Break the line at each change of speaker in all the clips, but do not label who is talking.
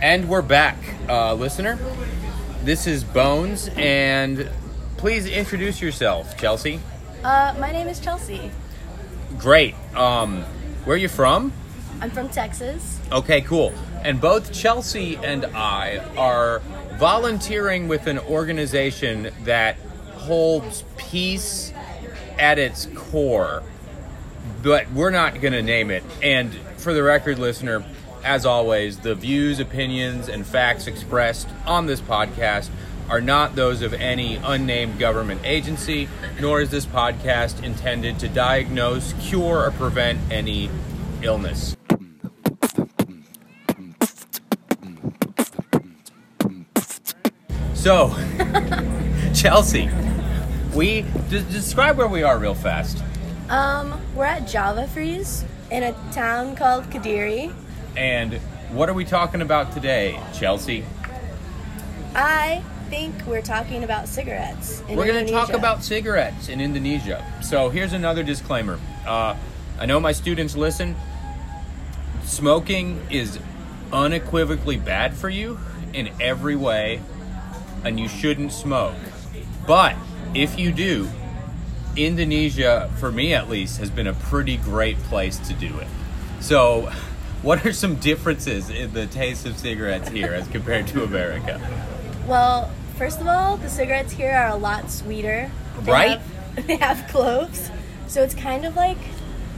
And we're back, uh, listener. This is Bones, and please introduce yourself, Chelsea.
Uh, my name is Chelsea.
Great. Um, where are you from?
I'm from Texas.
Okay, cool. And both Chelsea and I are volunteering with an organization that holds peace at its core, but we're not going to name it. And for the record, listener, as always, the views, opinions, and facts expressed on this podcast are not those of any unnamed government agency, nor is this podcast intended to diagnose, cure, or prevent any illness. So, Chelsea, we d- describe where we are real fast.
Um, we're at Java Freeze in a town called Kadiri.
And what are we talking about today, Chelsea?
I think we're talking about cigarettes. In
We're going to
Indonesia.
talk about cigarettes in Indonesia. So here's another disclaimer. Uh, I know my students listen. Smoking is unequivocally bad for you in every way, and you shouldn't smoke. But if you do, Indonesia, for me at least, has been a pretty great place to do it. So, what are some differences in the taste of cigarettes here as compared to America?
Well, first of all, the cigarettes here are a lot sweeter. They
Right?
Have, they have cloves, so it's kind of like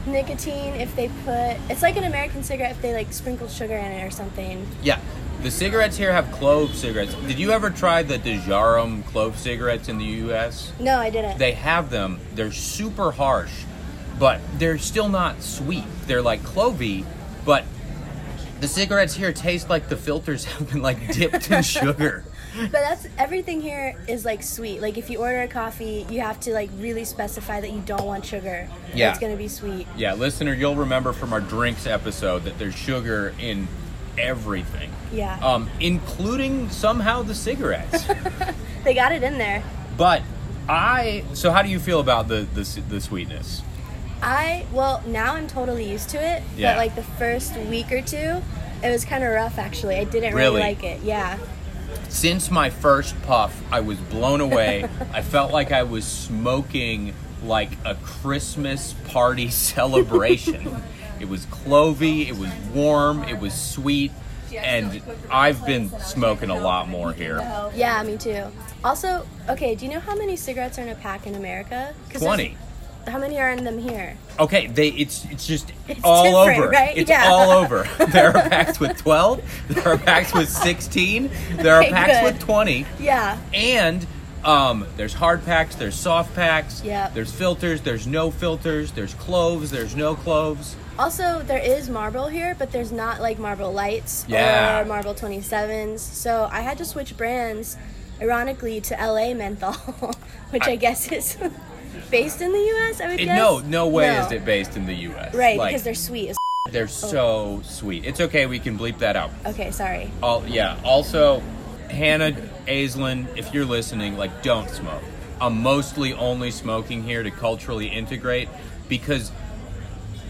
nicotine if they put. It's like an American cigarette if they like sprinkle sugar in it or something.
Yeah. The cigarettes here have clove cigarettes. Did you ever try the DeJarum clove cigarettes in the US?
No, I didn't.
They have them. They're super harsh, but they're still not sweet. They're like clovey, but the cigarettes here taste like the filters have been like dipped in sugar.
But that's everything here is like sweet. Like if you order a coffee, you have to like really specify that you don't want sugar. or
Yeah.
It's gonna be sweet.
Yeah, listener, you'll remember from our drinks episode that there's sugar in everything.
Yeah.
Um, including somehow the cigarettes.
They got it in there.
but I so how do you feel about the the, the sweetness?
I well now I'm totally used to it.
Yeah.
But like the first week or two, it was kind of rough actually. I didn't
Really?
really, like it. Yeah.
since my first puff, I was blown away. I felt like I was smoking like a Christmas party celebration. it was clovey, it was warm, it was sweet, and I've been smoking a lot more here.
Yeah, me too. Also, okay, do you know how many cigarettes are in a pack in America? 'Cause there's-
20.
How many are in them here?
Okay, they it's it's just
It's
all
different,
over.
right?
It's
Yeah.
all over. There are packs with 12, there are packs with 16, there are
Okay,
packs
good.
with 20.
Yeah.
and um, there's hard packs, there's soft packs,
Yep.
there's filters, there's no filters, there's cloves, there's no cloves.
Also, there is Marlboro here, but there's not like Marlboro Lights
Yeah.
or Marlboro 27s. So I had to switch brands, ironically, to LA Menthol, which I, guess is based in the US, I would
It,
guess.
no, no way is it based in the U.S.
Right,
Like,
because they're Oh. sweet. as
they're so sweet. It's okay, we can bleep that out.
Okay, sorry.
All, yeah. Also, Hannah Aislinn, if you're listening, like don't smoke. I'm mostly only smoking here to culturally integrate because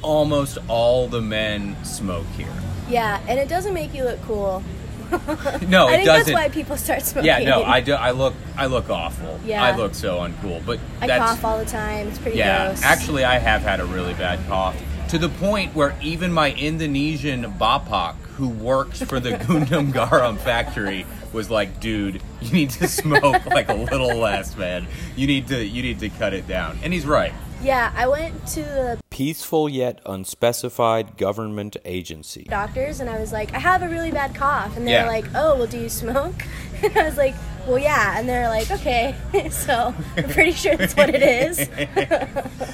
almost all the men smoke here.
Yeah, and it doesn't make you look cool.
No,
I
Oh, it
think
doesn't.
that's why people start smoking.
Yeah, no, I do. I look, I look awful.
Yeah.
I look so uncool. But
I
that's
cough all the time. It's pretty
yeah.
gross.
Actually, I have had a really bad cough to the point where even my Indonesian bapak, who works for the Gundam Garam factory, was like, "Dude, you need to smoke like a little less, man. You need to, you need to cut it down." And he's right.
Yeah, I went to the
peaceful yet unspecified government agency.
doctors and I was like, I have a really bad cough. And they
Yeah.
were like, oh, well, do you smoke? And I was like, well, yeah. And they're like, okay. so I'm pretty sure that's what it is.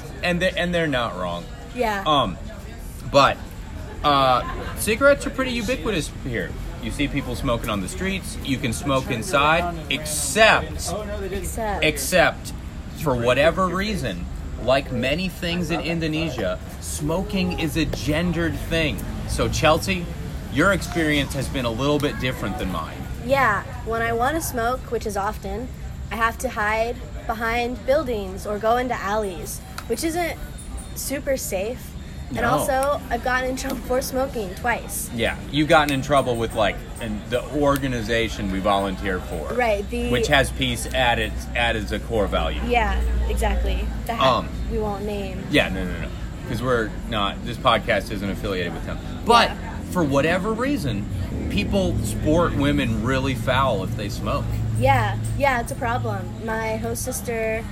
And they and they're not wrong.
Yeah.
Um, but uh, cigarettes are pretty ubiquitous here. You see people smoking on the streets. You can smoke inside, except
except,
except for whatever reason, like many things in Indonesia, smoking is a gendered thing. So Chelsea, your experience has been a little bit different than mine.
yeah, when I want to smoke, which is often, I have to hide behind buildings or go into alleys, which isn't super safe. And
No.
also, I've gotten in trouble for smoking twice.
Yeah, you've gotten in trouble with like and the organization we volunteer for,
Right, the-
which has peace at its at its a core value.
Yeah, exactly. That
Um.
we won't name.
Yeah, no, no, no, because we're not. This podcast isn't affiliated with them. But
Yeah.
for whatever reason, people sport women really foul if they smoke.
Yeah, yeah, it's a problem. My host sister,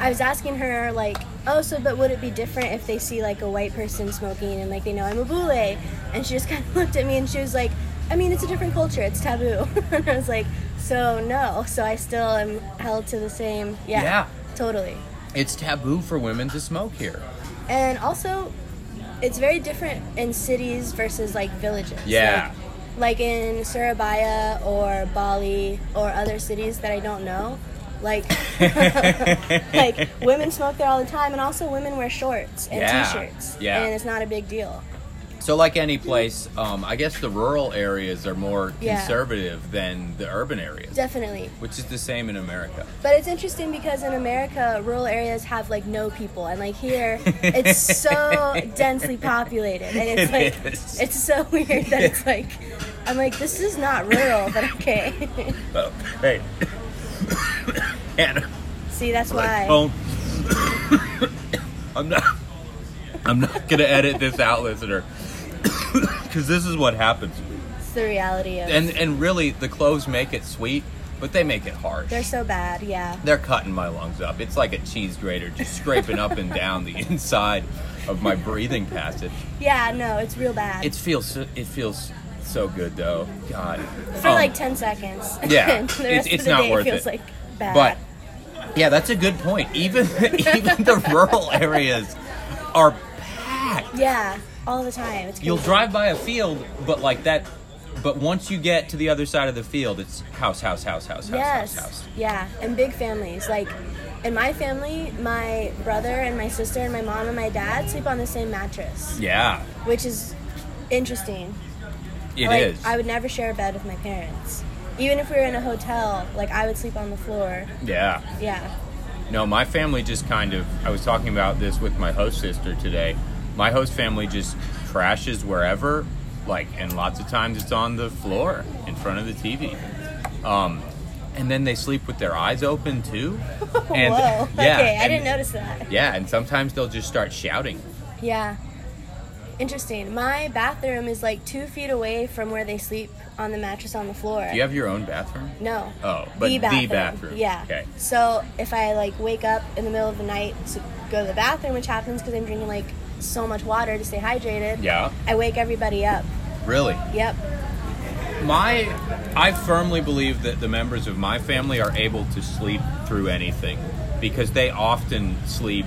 I was asking her like, oh, so but would it be different if they see like a white person smoking and like they know I'm a boule? And she just kind of looked at me and she was like, I mean, it's a different culture. It's taboo. and I was like, so no. So I still am held to the same. Yeah.
Yeah.
Totally.
It's taboo for women to smoke here.
And also, it's very different in cities versus like villages.
Yeah.
Like, like in Surabaya or Bali or other cities that I don't know, like like women smoke there all the time, and also women wear shorts and
Yeah.
t-shirts,
Yeah.
and it's not a big deal.
So, like any place, um, I guess the rural areas are more
Yeah.
conservative than the urban areas,
Definitely.
which is the same in America.
But it's interesting because in America, rural areas have like no people, and like here, it's so densely populated, and it's
It
like
is.
it's so weird that it's like I'm like this is not rural, but okay.
Oh, hey, Hannah,
See, that's
my
why.
phone. I'm not. I'm not gonna edit this out, listener, because this is what happens.
It's the reality of.
And and really, the clothes make it sweet, but they make it harsh.
they're so bad, yeah.
They're cutting my lungs up. It's like a cheese grater, just scraping up and down the inside of my breathing passage.
Yeah, no, it's real bad.
It feels so- it feels so good though. God.
for
Um,
like ten seconds.
yeah,
and the
it's-
rest
it's
of the
not
day
worth
feels
it.
like bad.
But yeah, that's a good point. Even even the rural areas are packed.
yeah, all the time. It's
You'll
crazy.
drive by a field, but like that. But once you get to the other side of the field, it's house, house, house, house, house,
Yes.
house, house.
Yeah, and big families. Like in my family, my brother and my sister and my mom and my dad sleep on the same mattress,
Yeah,
which is interesting.
it is.
like I would never share a bed with my parents. Even if we were in a hotel, like I would sleep on the floor.
yeah.
Yeah.
No, my family just kind of. I was talking about this with my host sister today. My host family just crashes wherever, like, and lots of times it's on the floor in front of the TV. Um, and then they sleep with their eyes open too. And,
Whoa.
Yeah,
okay, I
and-
didn't notice that.
Yeah, and sometimes they'll just start shouting.
Yeah. Interesting. My bathroom is like two feet away from where they sleep on the mattress on the floor.
Do you have your own bathroom?
No.
Oh, but the bathroom.
Yeah.
Okay.
So if I like wake up in the middle of the night to go to the bathroom, which happens because I'm drinking like so much water to stay hydrated.
Yeah.
I wake everybody up.
Really?
Yep.
My, I firmly believe that the members of my family are able to sleep through anything because they often sleep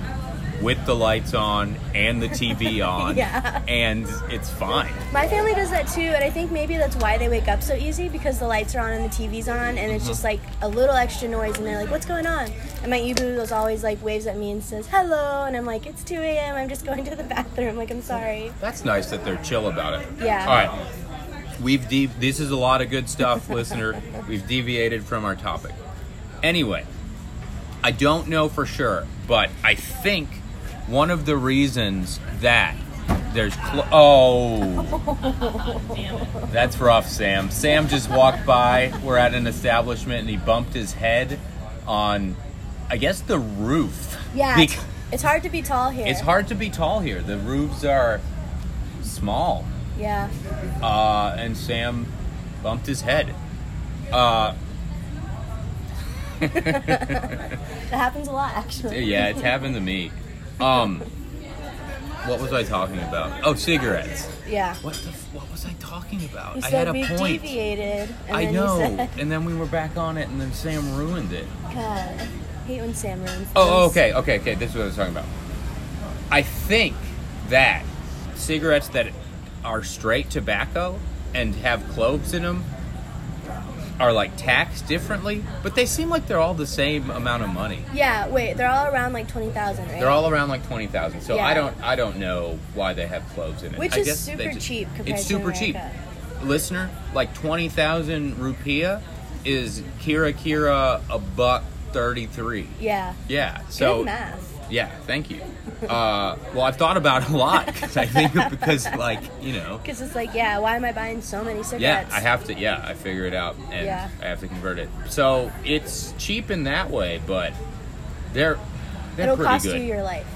with the lights on and the TV on,
Yeah.
and it's fine.
My family does that too, and I think maybe that's why they wake up so easy because the lights are on and the TV's on, and it's just
Mm-hmm.
like a little extra noise, and they're like, "What's going on?" And my Ibu is always like waves at me and says, "Hello," and I'm like, "It's 2 a.m. I'm just going to the bathroom. Like, I'm sorry."
That's nice that they're chill about it.
Yeah.
All right. We've de- this is a lot of good stuff, listener. We've deviated from our topic. Anyway, I don't know for sure, but I think one of the reasons that there's cl- oh that's rough, Sam. Sam just walked by. We're at an establishment, and he bumped his head on, I guess, the roof.
Yeah,
Bec-
it's hard to be tall here.
it's hard to be tall here. The roofs are small.
Yeah,
Uh, and Sam bumped his head. Uh,
that happens a lot actually.
yeah, it's happened to me. Um, what was I talking about? Oh, cigarettes.
Yeah.
What the? F- what was I talking about?
You
I
said
had a
we
point.
deviated, and
I
then
know.
you said,
and then we were back on it, and then Sam ruined it.
God, I hate when Sam ruins.
Oh,
things.
okay, okay, okay. This is what I was talking about. I think that cigarettes that are straight tobacco and have cloves in them are like taxed differently, but they seem like they're all the same amount of money.
Yeah, wait, they're all around like twenty thousand, right?
They're all around like twenty thousand. So I
Yeah.
don't, I don't know why they have cloves in it.
Which
I
is
guess they
super cheap compared
It's
to
super cheap.
America.
Listener, like twenty thousand rupiah is kira kira a buck thirty three.
yeah.
Yeah. So
Good math.
Yeah, thank you. Uh, well, I've thought about it a lot 'cause I think because like you know,
Because it's like, yeah, why am I buying so many
yeah,
cigarettes?
I have to. Yeah, I figure it out and
Yeah.
I have to convert it. So it's cheap in that way, but they're they're
It'll
pretty
cost
good.
you your life.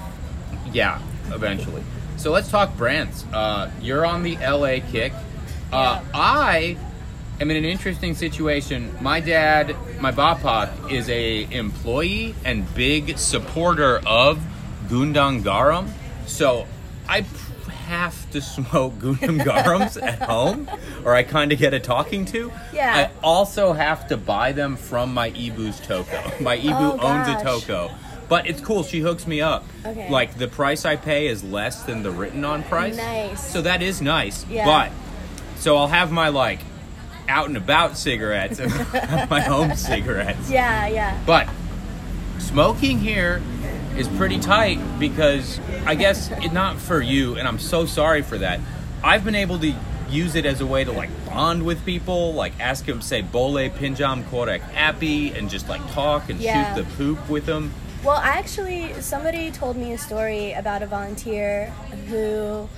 yeah, eventually. so let's talk brands. Uh, you're on the LA kick. Uh, I am in an interesting situation. My dad, my Bapak, is a employee and big supporter of Gundam So I p- have to smoke Gundam at home, or I kind of get a talking to.
Yeah.
I also have to buy them from my Ibu's Toko. My Ibu
Oh,
owns a
gosh.
Toko. But it's cool. She hooks me up.
Okay.
Like the price I pay is less than the written on price.
Nice.
So that is nice.
Yeah.
But so I'll have my like out and about cigarettes and my home cigarettes.
Yeah, yeah.
But smoking here is pretty tight because I guess it not for you, and I'm so sorry for that. I've been able to use it as a way to like bond with people, like ask them say bole pinjam korek appy, and just like talk and
Yeah.
shoot the poop with them.
Well, I actually, somebody told me a story about a volunteer who,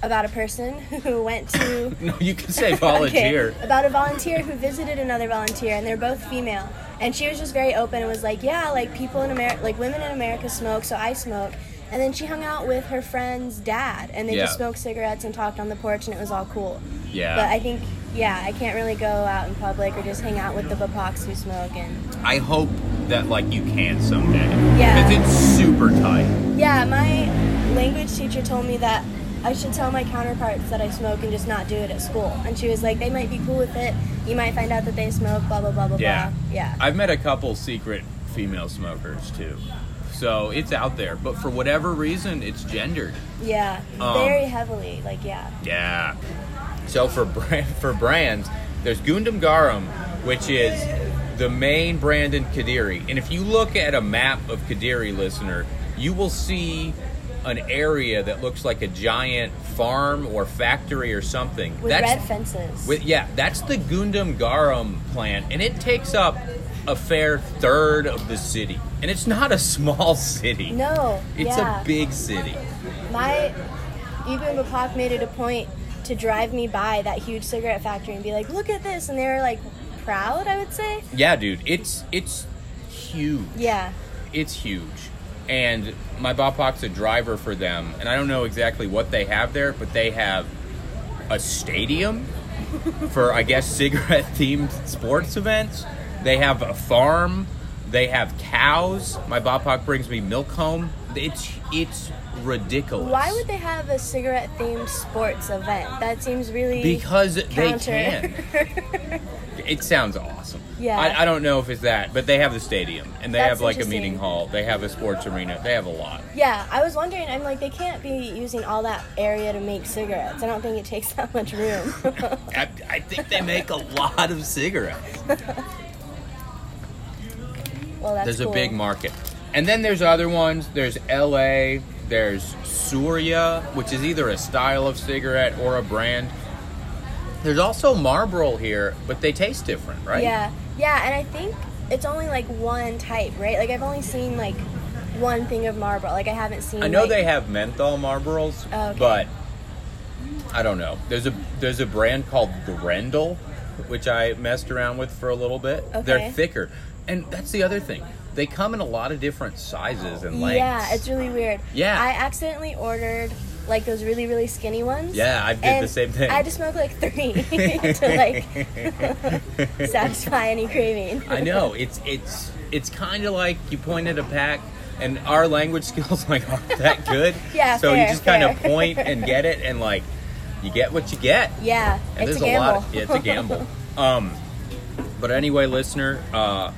about a person who went to.
No, you can say volunteer.
Okay, about a volunteer who visited another volunteer, and they're both female. And she was just very open and was like, "Yeah, like people in America, like women in America smoke, so I smoke." And then she hung out with her friend's dad, and they just
Yeah.
smoked cigarettes and talked on the porch, and it was all cool.
Yeah.
But I think, yeah, I can't really go out in public or just hang out with the Bapox who smoke, and
I hope that like you can someday.
Yeah.
Because it's super tight.
yeah, my language teacher told me that. I should tell my counterparts that I smoke and just not do it at school. And she was like, they might be cool with it. You might find out that they smoke, blah, blah, blah, blah,
Yeah.
blah. Yeah.
I've met a couple secret female smokers too. So it's out there. But for whatever reason it's gendered.
Yeah,
Um,
very heavily. Like, yeah.
Yeah. So for brand, for brands, there's Gundam Garum, which is the main brand in Kadiri. And if you look at a map of Kadiri, listener, you will see an area that looks like a giant farm or factory or something.
With red fences.
With, yeah, that's the Gundam Garum plant, and it takes up a fair third of the city. And it's not a small city.
no.
It's
yeah.
a big city.
My Ibu and Bapak made it a point to drive me by that huge cigarette factory and be like, look at this. And they were like proud, I would say.
Yeah, dude, it's it's huge.
Yeah.
It's huge. And my Bopok's a driver for them, and I don't know exactly what they have there, but they have a stadium for I guess cigarette themed sports events. They have a farm. They have cows. My Bapak brings me milk home. It's it's ridiculous.
Why would they have a cigarette themed sports event? That seems really.
because they
counter.
can. It sounds awesome.
Yeah.
I, I don't know if it's that, but they have the stadium and they
That's
have like a meeting
interesting.
hall. They have a sports arena. They have a lot.
yeah, I was wondering. I'm like, they can't be using all that area to make cigarettes. I don't think it takes that much room.
I, I think they make a lot of cigarettes.
well, that's
there's
cool.
a big market. And then there's other ones. There's LA, there's Surya, which is either a style of cigarette or a brand. There's also Marlboro here, but they taste different, right?
Yeah, yeah, and I think it's only like one type, right? Like I've only seen like one thing of Marlboro. Like I haven't seen.
I know
like-
they have menthol Marlboros,
Oh, okay.
but I don't know. There's a there's a brand called Grendel, which I messed around with for a little bit. They're
Okay.
thicker, and that's the other thing. They come in a lot of different sizes and lengths.
Yeah, it's really weird.
Yeah.
I accidentally ordered like those really really skinny ones.
Yeah, I did the
and
same thing.
I had to smoke like three to like satisfy any craving.
I know it's it's it's kind of like you point at a pack, and our language skills like aren't that good.
Yeah,
so you
fair,
just kind of
fair.
point and get it, and like you get what you get.
Yeah,
And
it's
there's
a gamble.
lot. yeah, it's a gamble. um, but anyway, listener, uh,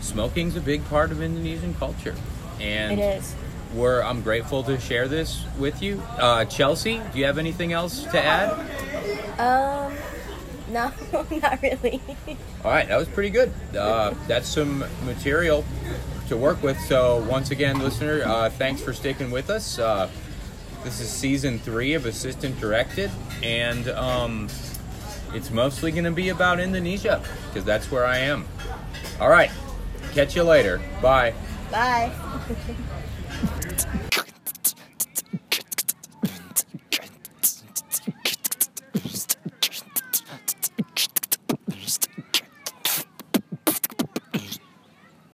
smoking's a big part of Indonesian culture, and
it is.
we're I'm grateful to share this with you. Uh, Chelsea, do you have anything else to add?
Um, no, not really.
All right, that was pretty good. Uh, that's some material to work with. So once again, listener, uh, thanks for sticking with us. Uh, this is season three of Assistant Directed, and um, it's mostly going to be about Indonesia because that's where I am. All right, catch you later. Bye.
Bye.